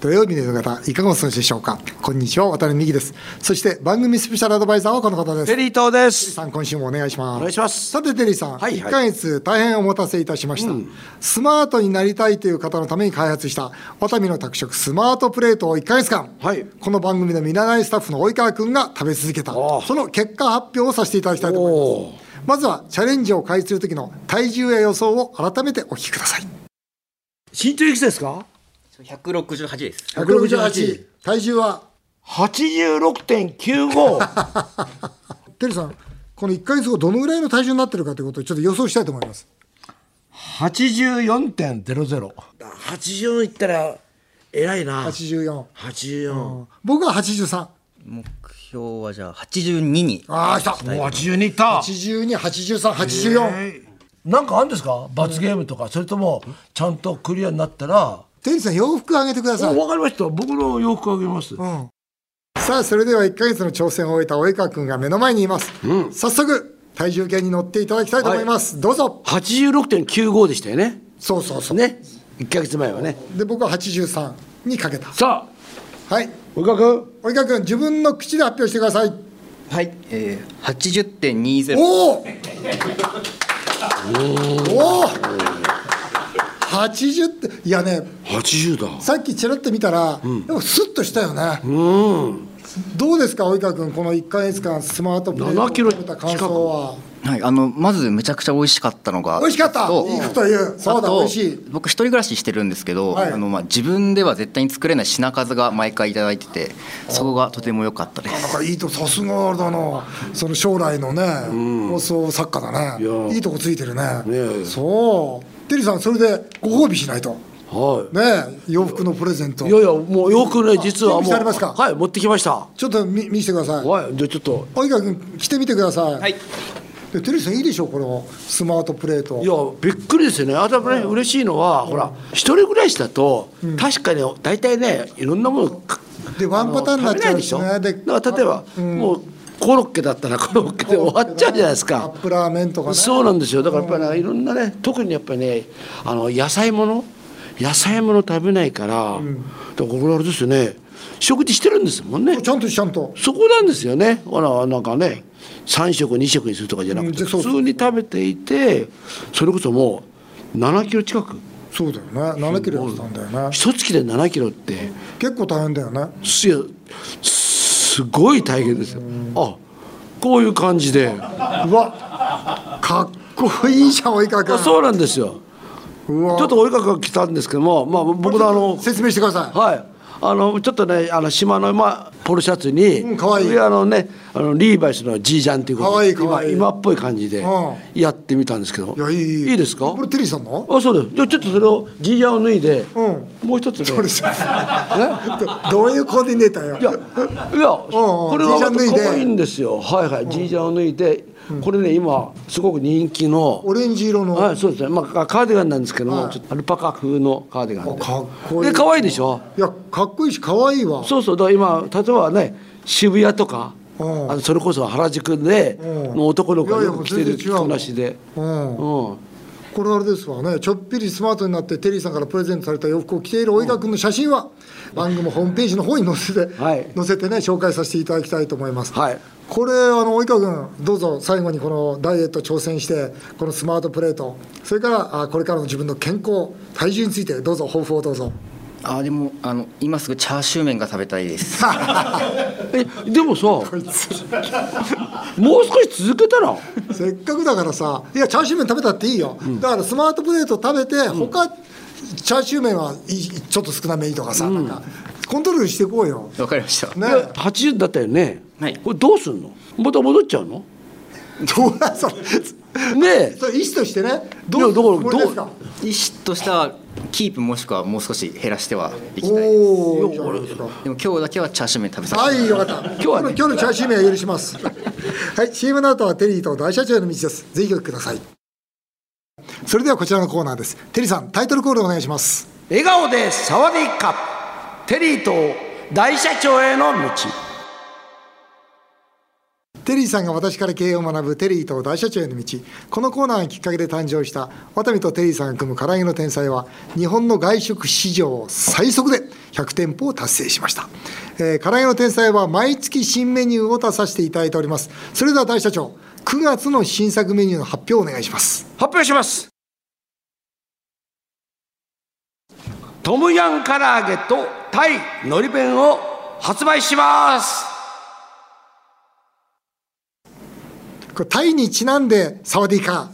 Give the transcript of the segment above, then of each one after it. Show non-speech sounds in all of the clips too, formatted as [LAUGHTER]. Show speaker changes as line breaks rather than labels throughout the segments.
土曜日の夕方、いかがお過ごしでしょうか。こんにちは、渡辺美希です。そして、番組スペシャルアドバイザーはこの方です。
テリー東です。
さん、今週もお願いします。
お願いします
さて、テリーさん、
はいはい
1ヶ月大変お待たせいたしました。スマートになりたいという方のために開発した、ワタミの拓殖スマートプレートを1ヶ月間、
はい
この番組の見習いスタッフの及川くんが食べ続けた、
ああ
その結果発表をさせていただきたいと思います。まずは、チャレンジを開始する時の体重や予想を改めてお聞きください。
身長いくつですか
168です。
168
体重は
[LAUGHS] ?86.95。
テリーさん、この1ヶ月後、どのぐらいの体重になってるかということをちょっと予想したいと思います。
84.00。84いったら、偉いな。
84。
84。
僕は83。
目標はじゃあ82に。
ああ、来た。
もう82いった。
82、83、84。
なんかあるんですか罰ゲームとか、それとも、ちゃんとクリアになったら。
テリーさん、洋服あげてくだ
あ
さい。
わかりました。僕の洋服あげます。
うんさあ、それでは1ヶ月の挑戦を終えた及川くんが目の前にいます。早速、体重計に乗っていただきたいと思います。どうぞ。
86.95でしたよね。
そうそうそう。
ね。1ヶ月前はね。
で、僕は83にかけた。
さあ、
はい。
小川君。
及川くん、自分の口で発表してください。
はい。えー、80.20。
おお。おお。八十って、いやね、
80だ。
さっきちらっと見たら、でもスッとしたよね。どうですか、及川君、この一ヶ月間、スマートプレートを
7キロ
食べた感想は。
はい。あの、まずめちゃくちゃ美味しかったのが。
美味しかった。
と
いいこと言う。そうだ、
あ
美
と
味しい。
僕一人暮らししてるんですけど、
はい
あのまあ自分では絶対に作れない品数が毎回いただいててそこがとても良かったで
なん
す
かいいと、さすがあれだな。その将来のね、放送作家だ
や
ね。いいとこついてる
ね
ね。
え
そう。テリーさん、それでご褒美しないと。
は
ねえ、洋服のプレゼント
い。い。やいや、もう洋服ね、実
準備
はもう。
されますか
はい、持ってきました。
ちょっと見見せてください。
はい、じゃあちょっと。
及川君来てみてください。
はい
でテリーさんいいでしょこのスマートプレート。
いやびっくりですよねあとね嬉しいのは、ほら一人暮らしだと、確かに大体ねいろんなものか
でワンパターンになっちゃうんです
食べな
ね。
いで
で
しょだから例えば、もうコロッケだったらコロッケで終わっちゃうじゃないです
カッ
か
プラーメンとかね。
そうなんですよだからやっぱり、ね、いろんなね特にやっぱりねあの野菜もの野菜もの食べないから、だからこれあれですよね食事してるんですもんね
ちゃんとちゃんと。
そこなんですよねほらなんかね3食2食にするとかじゃなく
うんじ
て
ゃそう
普通に食べていてそれこそもう7キロ近く
そうだよね。7キロやってたんだよね。
一月で7キロって
結構大変だよね。
すやすごい大変ですよあこういう感じであ
うわかっこいいじゃん及川君。
そうなんですよ
うわ
ちょっとお絵かきが来たんですけどもまあ僕のあの
説明してください。
はいあのちょっとねあの島の、まあ、ポロシャツに、
うんかわいい
上あのねあのリーバイスのジージャンっていうこと
かわいいかわいい
今今っぽい感じで
うん
やってみたんですけど、
いやいい
いいですか
これテリーさんの？
あそうですじゃあちょっとそれをジージャンを脱いで、
う
もう一つね
これさど [LAUGHS] どういうコーディネーターよ。
いや、いや、これはまた
ジージャン脱いで
可愛いんですよ。はいはい、ジージャンを脱いで、これね、今すごく人気の。
オレンジ色の。
はい、そうですね、まあ、カーディガンなんですけども、
はい
ちょっとアルパカ風のカーディガンで。
あかっこいい
で、可愛いでしょ
いやかっこいいし可愛いわ。
そうそう、だから今、例えばね、渋谷とか。
うん
あのそれこそ原宿で、
うん
の男の子が
いや
よ
いや
く着てる
全然違
着
うわ
こなしで。
うん。
うん。
これあれですわねちょっぴりスマートになってテリーさんからプレゼントされた洋服を着ている及川君の写真は番組ホームページの方に載せて、
はい
載せてね紹介させていただきたいと思います、
はい
これあの及川君どうぞ最後にこのダイエット挑戦してこのスマートプレートそれからあこれからの自分の健康体重についてどうぞ抱負をど
[LAUGHS]
うぞ
あーでもあの今すぐチャーシュー麺が食べたいです [LAUGHS]
え、でもさ。もう少し続けたら。
せっかくだからさいやチャーシュー麺食べたっていいよ、だからスマートプレート食べて他、チャーシュー麺はいちょっと少なめにとかさ、なんかコントロールしていこうよ
わかりました
ね
で80だったよね、
はい
これどうすんのまた戻っちゃうの
どうだそれ
ねえ
それ医師としてねどう
いやだか
こ
ら
れですか
意思としてはキープもしくはもう少し減らしてはいきたいです
おおいいじゃないですか
でも今日だけはチャーシュー麺食べさせて
はいよかった今
日はね
今日のチャーシュー麺は許しますはい CM の後はテリーと大社長への道ですぜひお聞きくださいそれではこちらのコーナーですテリーさんタイトルコールお願いします
笑顔でサワディーカップテリーと大社長への道
テリーさんが私から経営を学ぶテリーと大社長への道このコーナーがきっかけで誕生したワタミとテリーさんが組む唐揚げの天才は日本の外食史上最速で100店舗を達成しました、えー、唐揚げの天才は毎月新メニューを出させていただいておりますそれでは大社長9月の新作メニューの発表をお願いします
発表しますトムヤン唐揚げとタイのり弁を発売します
これタイにちなんでサワディーカー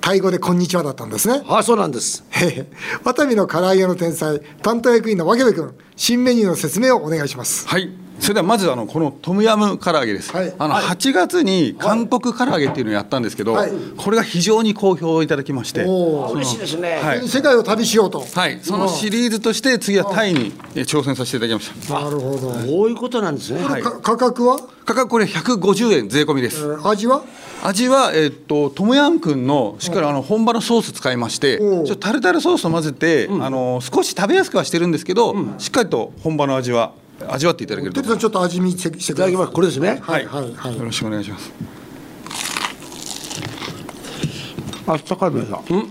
タイ語でこんにちはだったんですね
あそうなんです
へへワタミの唐揚げの天才担当役員の渡部君新メニューの説明をお願いします
はい。それではまずあのこのトムヤム唐揚げです。
はい
あの8月に韓国唐揚げっていうのをやったんですけど、
はい
これが非常に好評をいただきまして、
おー
嬉しいですね、
はい
世界を旅しようと、
はい。そのシリーズとして次はタイにえ挑戦させていただきました。
なるほど、
こういうことなんですね、
はい
か価格は、
価格これ150円税込みで
え
す。
ー味は
味はえっとトムヤムくんのしっかりあの本場のソース使いまして、ち
お
ょ
う
っとタルタルソースと混ぜて、あの少し食べやすくはしてるんですけど、しっかりと本場の味は味わっていただけると
テリ
思
ー
い
さ
ま
ん
す。
ちょっと味見してください
いただきますこれですね
はいはいはい
よろしくお願いします。
あったかい麺だうん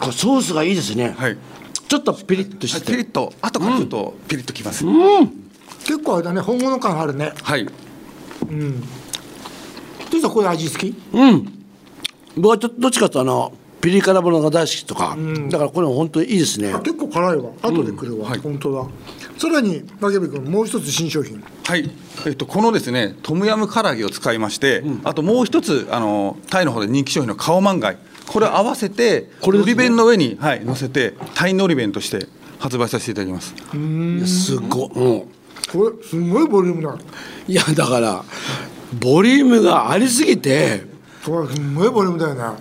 これソースがいいですね、
はい。
ちょっとピリッとして
ピリッと後からちょっとピリッときます。
結構あれだね本物感あるね
はい。
テリーさんこれ味好き
僕はちょっとどっちかというとあのピリ辛ものが大好きとか、だからこれも本当にいいですね
あ結構辛いわ後で来るわ、
はい
本当ださらに竹部君もう一つ新商品
はい、えっと、このですねトムヤム唐揚げを使いまして、あともう一つあのタイの方で人気商品のカオマンガイこれを合わせて
これですね
のり弁の上に、はい、乗せてタイのり弁として発売させていただきます
いやすごい、うん、
これすごいボリュームだ
いやだからボリュームがありすぎて
これすごいボリュームだよね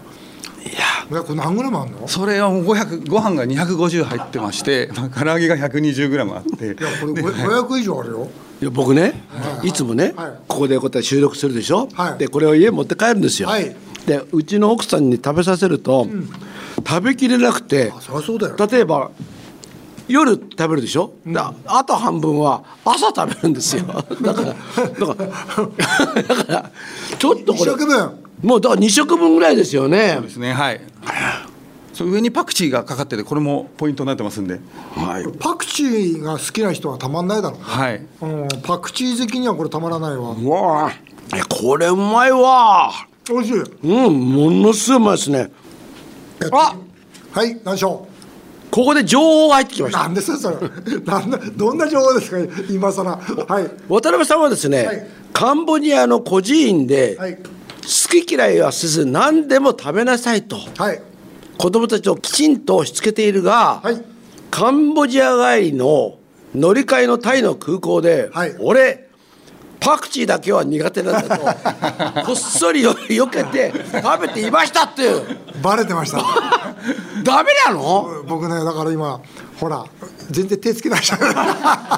いやこれ何グラムあんの
それはもう500ご飯が250入ってまして、まあ、唐揚げが 120g あって
いやこれ500以上あるよ
いや僕ね、い、つもね、
はい
ここでこうやって収録するでしょ、
はい
でこれを家に持って帰るんですよ、
はい
でうちの奥さんに食べさせると、食べきれなくて
あそりゃそうだよ
例えば夜食べるでしょ、であと半分は朝食べる
[LAUGHS]
んですよだからだからだからちょっと
一
これ
食分
もうだから2食分ぐらいですよね
ですねはいそう上にパクチーがかかっててこれもポイントになってますんで
はい
パクチーが好きな人はたまんないだろ、
はいう
うん、パクチー好きにはこれたまらないわ
うわあえこれうまいわ
美味しい
うんものすごいうまいですねあ
はい何でしょ
ここで情報が入ってきま
う
した
なんですよそれなんだどんな情報ですか今更はい
渡辺さんはですね、
はい
カンボジアの孤児院で、
はい
好き嫌いはせず何でも食べなさいと
はい
子供たちをきちんと押し付けているが、
はい
カンボジア帰りの乗り換えのタイの空港で、
はい
俺パクチーだけは苦手なんだ
[LAUGHS]
とこっそりよ避けて食べていましたっていう
バレてました
ダメなの
僕ねだから今ほら全然手つけないじゃない [LAUGHS]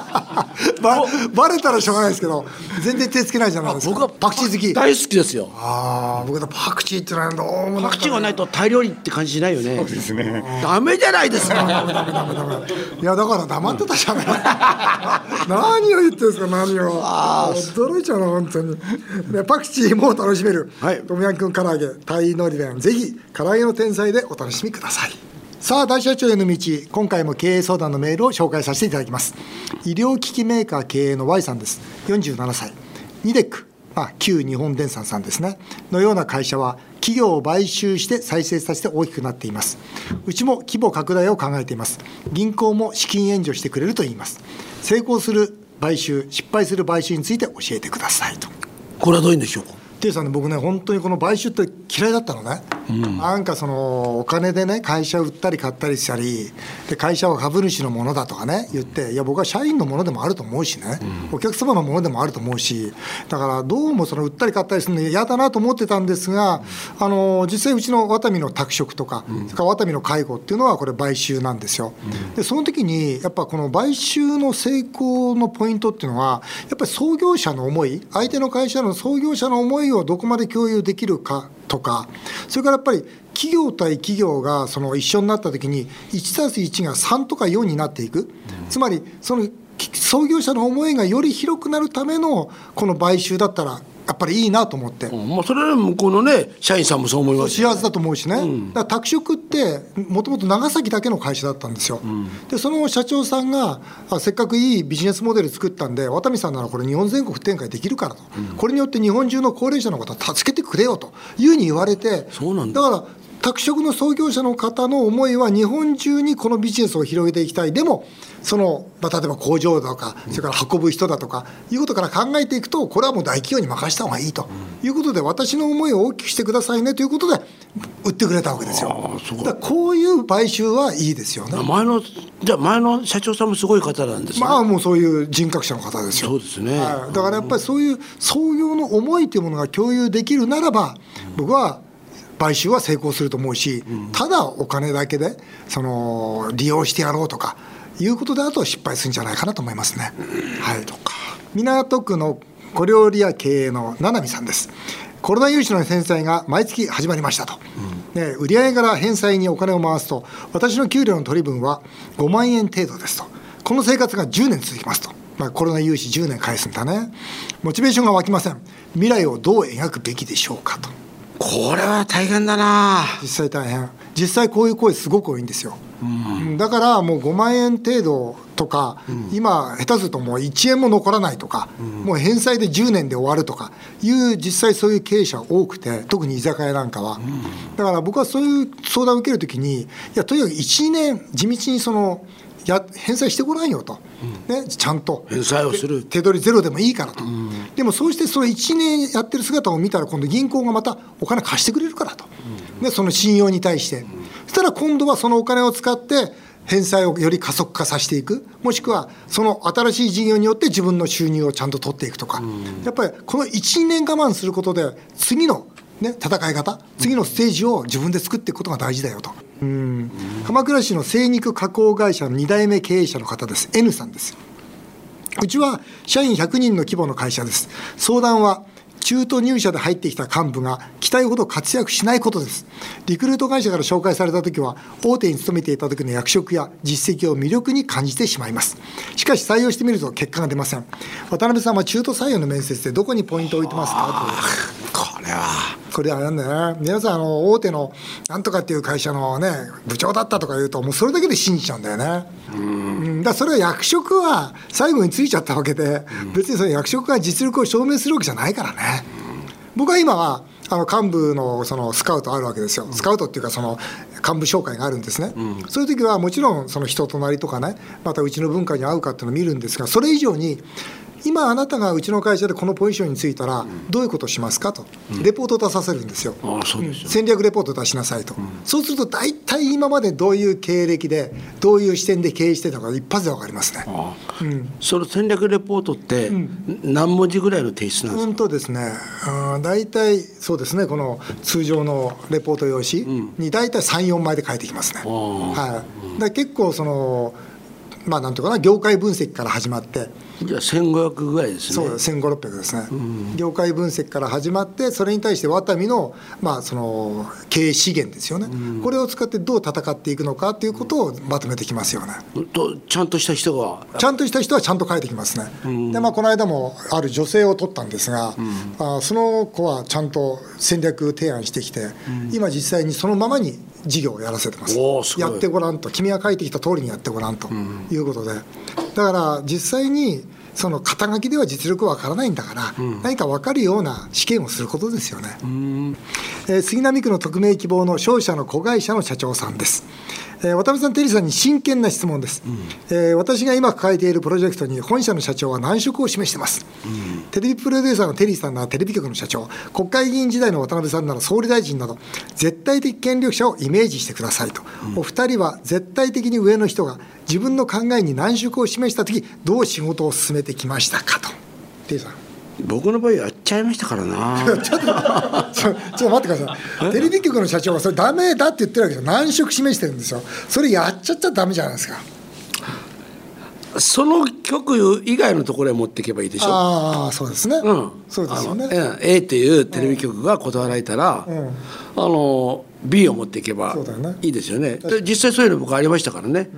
ババレたらしょうがないですけど全然手つけないじゃないですか
僕は
パクチー好き
大好きですよ
ああ僕はパクチーってのはどうも
パクチーがないとタイ料理って感じしないよね
ですね
ダメじゃないですか
いやだから黙ってたじゃない何を言ってるんですか何を驚いちゃうな本当にでパクチーも楽しめる、
はい
トムヤン君唐揚げタイのり弁ぜひ唐揚げの天才でお楽しみくださいさあ大社長への道今回も経営相談のメールを紹介させていただきます医療機器メーカー経営の Y さんです47歳ニデックまあ、旧日本電産さんですねのような会社は企業を買収して再生させて大きくなっていますうちも規模拡大を考えています銀行も資金援助してくれるといいます成功する買収失敗する買収について教えてくださいと
これはどういうんでしょうか
ていうさんね僕ね本当にこの買収って嫌いだったのね、なんかそのお金でね会社売ったり買ったりしたりで会社は株主のものだとかね言っていや僕は社員のものでもあると思うしね、お客様のものでもあると思うしだからどうもその売ったり買ったりするの嫌だなと思ってたんですが、あの実際うちのワタミの宅食とか、それからワタミの介護っていうのはこれ買収なんですよ、でその時にやっぱこの買収の成功のポイントっていうのはやっぱり創業者の思い相手の会社の創業者の思いをどこまで共有できるかとかそれからやっぱり企業対企業がその一緒になった時に1たす1が3とか4になっていくつまりそのき創業者の思いがより広くなるためのこの買収だったらやっぱりいいなと思って、
うんまあ、それは向こうのね社員さんもそう思いますよ
幸せだと思うしね、だから拓殖ってもともと長崎だけの会社だったんですよ、でその社長さんがあせっかくいいビジネスモデル作ったんで渡見さんならこれ日本全国展開できるからと、これによって日本中の高齢者の方助けてくれよというふうに言われて
そうなんだ
から拓殖の創業者の方の思いは日本中にこのビジネスを広げていきたいでもその、まあ、例えば工場だとかそれから運ぶ人だとかいうことから考えていくとこれはもう大企業に任せた方がいいということで私の思いを大きくしてくださいねということで売ってくれたわけですよ。だからこういう買収はいいですよね。
前のじゃあ前の社長さんもすごい方なんですね、
まあもうそういう人格者の方ですよ。
そうですね、
はいだからやっぱりそういう創業の思いというものが共有できるならば僕は買収は成功すると思うしただお金だけでその利用してやろうとかいうことであと失敗するんじゃないかなと思いますね。はい、港区の小料理屋経営の七海さんです。コロナ融資の返済が毎月始まりましたと、で売上から返済にお金を回すと私の給料の取り分は5万円程度ですとこの生活が10年続きますと、まあ、コロナ融資10年返すんだねモチベーションが湧きません未来をどう描くべきでしょうかと
これは大変だな
実際大変実際こういう声すごく多いんですよ、うんだからもう5万円程度とか、今下手するともう1円も残らないとか、もう返済で10年で終わるとかいう実際そういう経営者多くて特に居酒屋なんかは、だから僕はそういう相談を受けるときにいやとにかく12年地道にそのや返済してこないよと、ね、ちゃんと
返済をする
手取りゼロでもいいからと、でもそうしてそれ1年やってる姿を見たら今度銀行がまたお金貸してくれるからと、でその信用に対して、そしたら今度はそのお金を使って返済をより加速化させていくもしくはその新しい事業によって自分の収入をちゃんと取っていくとか、やっぱりこの1年我慢することで次のね、戦い方次のステージを自分で作っていくことが大事だよとうん鎌倉市の精肉加工会社の2代目経営者の方です N さんですうちは社員100人の規模の会社です相談は中途入社で入ってきた幹部が期待ほど活躍しないことですリクルート会社から紹介された時は大手に勤めていた時の役職や実績を魅力に感じてしまいますしかし採用してみると結果が出ません渡辺さんは中途採用の面接でどこにポイントを置いてますかと
これは
これあれなんだよね皆さんあの大手のなんとかっていう会社のね部長だったとか言うともうそれだけで信じちゃうんだよねうんだからそれは役職は最後についちゃったわけで別にその役職が実力を証明するわけじゃないからね僕は今はあの幹部のそのスカウトあるわけですよ、スカウトっていうかその幹部紹介があるんですね、そういう時はもちろんその人となりとかねまたうちの文化に合うかっていうのを見るんですがそれ以上に今あなたがうちの会社でこのポジションについたらどういうことをしますかと、レポートを出させるんですよ、
ああそうですよ、
戦略レポート出しなさいと、そうすると大体今までどういう経歴でどういう視点で経営してたのか一発で分かりますね。
あ
うん
その戦略レポートって何文字ぐらいの提出なんです
う
か、
んとですね、うん大体そうですね、この通常のレポート用紙に大体3、4枚で書いてきますね。
ー
はい、だから結構その、まあなんていうかな、業界分析から始まって、
じゃあ1500ぐらいですね
そう1500ですね、業界分析から始まってそれに対してワタミの,、まあその経営資源ですよね、これを使ってどう戦っていくのかということをまとめてきますよね
とちゃんとした人が
ちゃんとした人はちゃんと書いてきますね、でまあこの間もある女性を取ったんですが、あその子はちゃんと戦略提案してきて、今実際にそのままに事業をやらせてます
おーすご
や
い
ってごらんと君が書いてきた通りにやってごらんということで、だから実際にその肩書きでは実力はわからないんだから、何か分かるような試験をすることですよね。えー杉並区の匿名希望の商社の子会社の社長さんです、えー渡辺さんテリーさんに真剣な質問です、えー私が今抱えているプロジェクトに本社の社長は難色を示してます、テレビプロデューサーのテリーさんならテレビ局の社長国会議員時代の渡辺さんなら総理大臣など絶対的権力者をイメージしてくださいと、お二人は絶対的に上の人が自分の考えに難色を示した時どう仕事を進めてきましたかとテリーさん
僕の場合やっちゃいましたからな
ちょちょっと待ってください、テレビ局の社長がそれ、ダメだって言ってるわけじゃ難色示してるんですよ、それやっちゃっちゃダメじゃないですか、
[LAUGHS] その局以外のところへ持っていけばいいでしょ
ああ、そうですね、
うん、
そうですよ
あ
ね、
のうん A っていうテレビ局が断られたら、あの B を持っていけば
そうだよね
いいですよねで実際そういうの僕ありましたからね、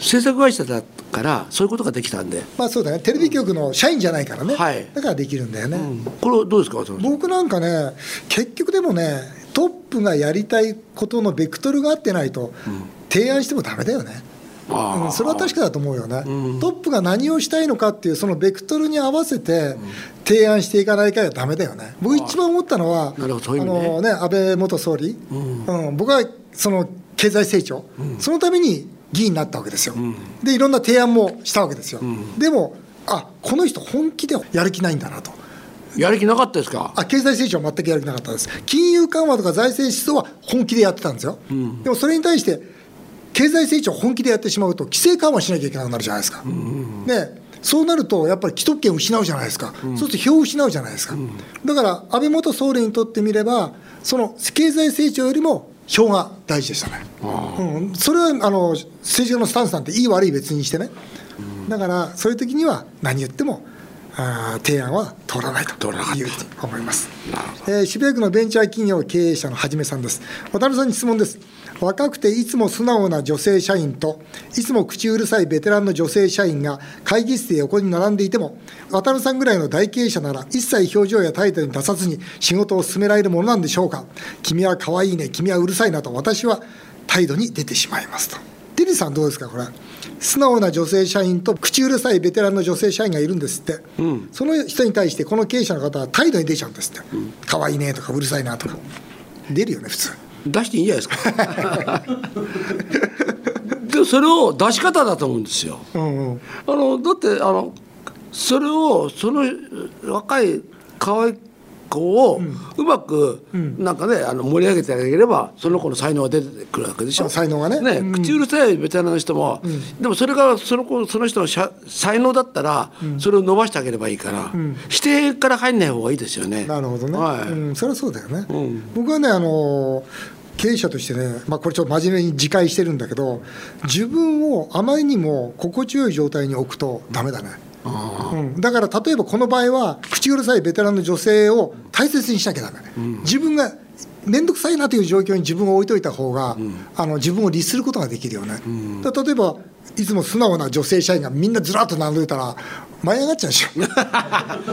制作会社だからそういうことができたんで
まあそうだねテレビ局の社員じゃないからね、
はい
だからできるんだよね、
これどうですか渡辺さん
僕なんかね結局でもねトップがやりたいことのベクトルが合ってないと提案してもダメだよね、
あー
うんそれは確かだと思うよね、トップが何をしたいのかっていうそのベクトルに合わせて提案していかないからダメだよね僕一番思ったのは
なるほどそういう
あ
意味ね
のね安倍元総理、うん僕はその経済成長、そのために議員になったわけですよ、でいろんな提案もしたわけですよ、でもあこの人本気でやる気ないんだなと。
やる気なかったですか
あ経済成長は全くやる気なかったです金融緩和とか財政出動は本気でやってたんですよ、でもそれに対して経済成長を本気でやってしまうと規制緩和しなきゃいけなくなるじゃないですか、でそうなるとやっぱり既得権を失うじゃないですか、そうすると票を失うじゃないですか、だから安倍元総理にとってみればその経済成長よりも票が大事でしたね、うん、それはあの政治家のスタンスなんていい悪い別にしてね、だからそういう時には何言ってもあー提案は通らないというと思います、えー渋谷区のベンチャー企業経営者のはじめさんです渡辺さんに質問です若くていつも素直な女性社員といつも口うるさいベテランの女性社員が会議室で横に並んでいても渡辺さんぐらいの大経営者なら一切表情や態度に出さずに仕事を進められるものなんでしょうか君は可愛いね君はうるさいなと私は態度に出てしまいますとテリーさんどうですかこれ素直な女性社員と口うるさいベテランの女性社員がいるんですって、その人に対してこの経営者の方は態度に出ちゃうんですって可愛、いねとかうるさいなとか出るよね普通
出していいんじゃないですか [LAUGHS] でもそれを出し方だと思うんですよ
うんうん
あのだってあのそれをその若い可愛い子をうまく、なんかねあの盛り上げてあげればその子の才能が出てくるわけでしょ
あ才能がねうん
口うるさいベテランの人も、でもそれがその子その人のしゃ才能だったら、それを伸ばしてあげればいいから、否定から入んない方がいいですよね
なるほどね、
はい
うん、それはそうだよね、僕はねあの経営者としてね、まあ、これちょっと真面目に自戒してるんだけど自分をあまりにも心地よい状態に置くとダメだね、うん、だから例えばこの場合は口うるさいベテランの女性を大切にしなきゃダメ、自分が面倒くさいなという状況に自分を置いといた方が、あの自分を律することができるよね、だから例えばいつも素直な女性社員がみんなずらっと並んでいたら舞い上がっちゃうでし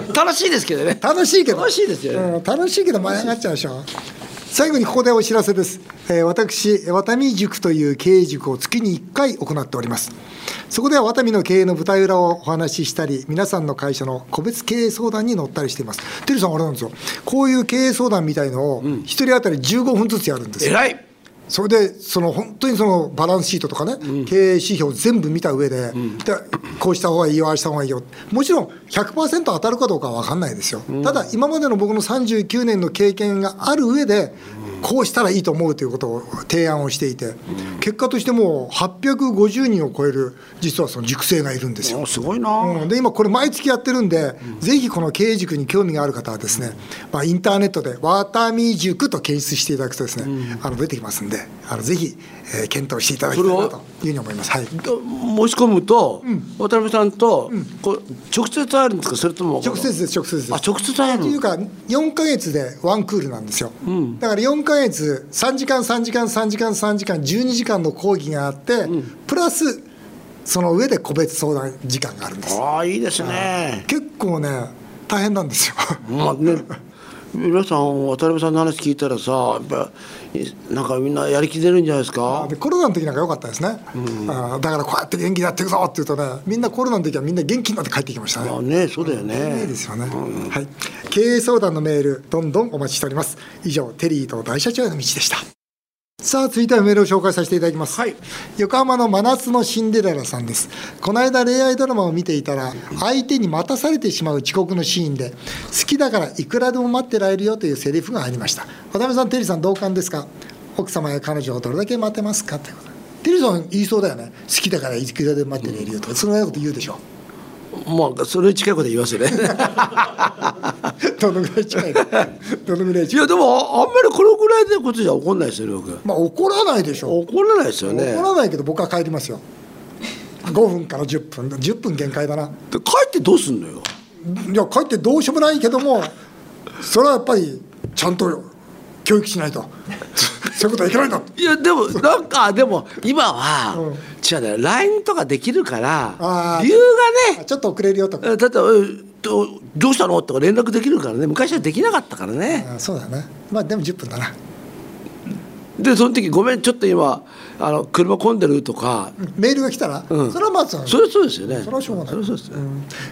ょ
楽しいですけどね
楽しいけど
楽しいですよね
うん、楽しいけど前上がっちゃうでしょ最後にここでお知らせです、えー私ワタミ塾という経営塾を月に1回行っておりますそこではワタミの経営の舞台裏をお話ししたり皆さんの会社の個別経営相談に乗ったりしていますてるさんあれなんですよこういう経営相談みたいのを1人当たり15分ずつやるんですよ
偉い
それでその本当にそのバランスシートとかね、経営指標全部見た上で,、でこうした方がいいよああした方がいいよもちろん100%当たるかどうかは分かんないですよ、ただ今までの僕の39年の経験がある上でこうしたらいいと思うということを提案をしていて、結果としてもう850人を超える実はその塾生がいるんですよ
おすごいな、
うん、で今これ毎月やってるんで、ぜひこの経営塾に興味がある方はですね、まあ、インターネットで「ワタミ塾」と検出していただくとですね、あの出てきますんであのぜひ、えー検討していただきたいなというふうに思います、はい、
と申し込むと、渡辺さんと、こう直接会えるんですかそれとも
直接です直接です
あ直接会え
とい
る
うか4か月でワンクールなんですよ、だから4か月3時間3時間3時間3時間12時間の講義があって、プラスその上で個別相談時間があるんです
ああいいですね、
結構ね大変なんですよ
まあね皆さん渡辺さんの話聞いたらさやっぱいなんかみんなやりき出るんじゃないですか
でコロナの時なんか良かったですね、あーだからこうやって元気でやっていくぞって言うとねみんなコロナの時はみんな元気になって帰ってきましたね
まあねそうだよ
い
ね
いですよね、はい、経営相談のメールどんどんお待ちしております以上テリーと大社長への道でしたさあ続いてはメールを紹介させていただきます、
はい
横浜の真夏のシンデレラさんですこの間恋愛ドラマを見ていたら相手に待たされてしまう遅刻のシーンで好きだからいくらでも待ってられるよというセリフがありました渡辺さんテリーさん同感ですか奥様や彼女をどれだけ待てますかということテリーさん言いそうだよね好きだからいくらでも待ってられるよとかそのようなこと言うでしょ [LAUGHS]
まあそれ近くで言わせ [LAUGHS] ね
どのぐらい近いのどのぐらい近い
いやでもああんまりこのぐらいのことじゃ怒んないですよね僕
まあ怒らないでしょ、
怒らないですよね
怒らないけど僕は帰りますよ5分から10分10分限界だな
で帰ってどうすんのよ
いや帰ってどうしようもないけどもそれはやっぱりちゃんと教育しないとそういうことはいけないんだ
いやでもなんかでも今は、違うね LINE とかできるから
あー
理由が
[LAUGHS]
ね
ちょっと遅れるよと
え
か
だってえどどうしたのとか連絡できるからね昔はできなかったからね
あそうだねまあでも10分だな
でその時「ごめんちょっと今あの車混んでる」とか
メールが来たら、
うん
それはまずは
それはそうですよね
それはしょうがない
それはそうですね
うん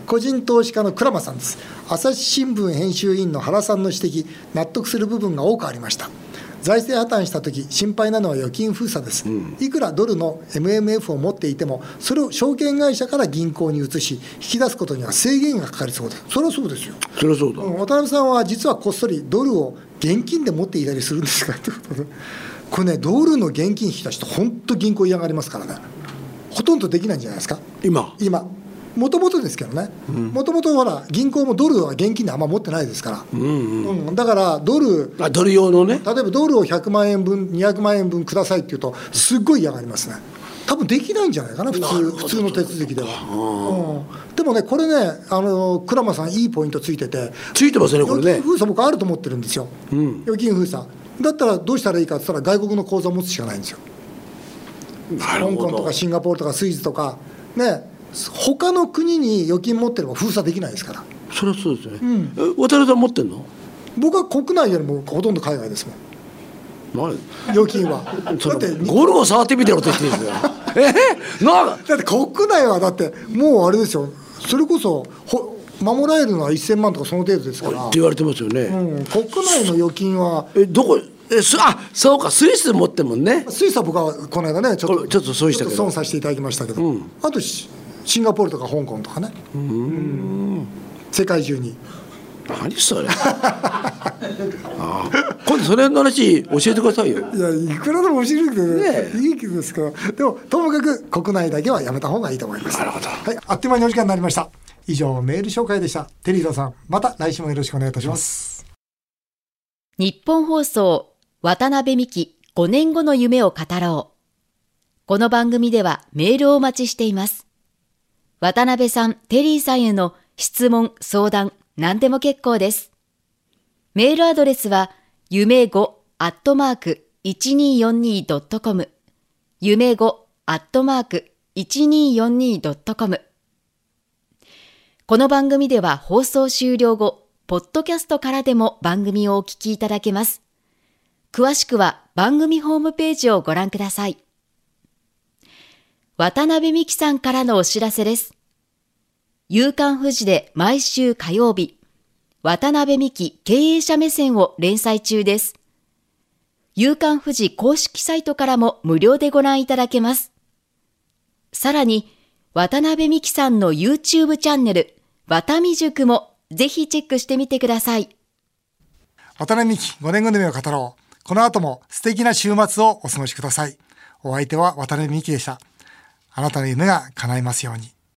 個人投資家の倉間さんです朝日新聞編集委員の原さんの指摘納得する部分が多くありました財政破綻した時心配なのは預金封鎖です、いくらドルの MMF を持っていてもそれを証券会社から銀行に移し引き出すことには制限がかかりそうですそれはそうですよ
それはそうだ、
うん渡辺さんは実はこっそりドルを現金で持っていたりするんですかってことでこれねドルの現金引き出しって本当銀行嫌がりますからねほとんどできないんじゃないですか
今
今もともとですけどねもともとほら銀行もドルは現金であんま持ってないですから、うんだからドル
あドル用のね
例えばドルを100万円分200万円分くださいって言うとすっごい嫌がりますね多分できないんじゃないかな普通普通の手続きでは、うん、でもねこれねあの倉間さんいいポイントついてて
ついてますよねこ
預
れ
金
ね
封鎖僕あると思ってるんですよ、預金封鎖だったらどうしたらいいかって言ったら外国の口座を持つしかないんですよ
な
香
るほ
港と
ど
かシンガポールとかスイスとかね他の国に預金持ってれば封鎖できないですから
それはそうですよね、え渡辺さん持ってんの
僕は国内よりもほとんど海外ですもん
[LAUGHS] 何
預金はだ
そ
って
のゴルゴ触ってみてろって言ってるん
[LAUGHS]
ですよえなんか
だって国内はだってもうあれですよそれこそほ守られるのは1000万とかその程度ですか
っ
ら
て、言われてますよね、
うん、国内の預金は
えどこえすあそうかスイスで持ってんもんね
スイスは僕はこの間ねちょっ
ことれちょっと損したけど
ちょっと損させていただきましたけど、あとシシンガポールとか香港とかねうん世界中に
何それああ今度それの話教えてくださいよ
いやいくらでも教えるけど、
ねえ
いいけどですけどでもともかく国内だけはやめた方がいいと思いますなるほど、はい、あっという間にお時間になりました以上メール紹介でしたテリーさんまた来週もよろしくお願いいたします
日本放送渡辺美希5年後の夢を語ろう。この番組ではメールをお待ちしています。渡辺さん、テリーさんへの質問、相談、何でも結構です。メールアドレスは夢5アットマーク 1242.com 夢5アットマーク 1242.com この番組では放送終了後、ポッドキャストからでも番組をお聞きいただけます。詳しくは番組ホームページをご覧ください。渡辺美希さんからのお知らせです。夕刊富士で毎週火曜日、渡辺美希経営者目線を連載中です。夕刊富士公式サイトからも無料でご覧いただけます。さらに、渡辺美希さんの YouTube チャンネル、渡美塾もぜひチェックしてみてください。
渡辺美希5年組を語ろう。この後も素敵な週末をお過ごしください。お相手は渡辺美希でした。あなたの夢が叶いますように。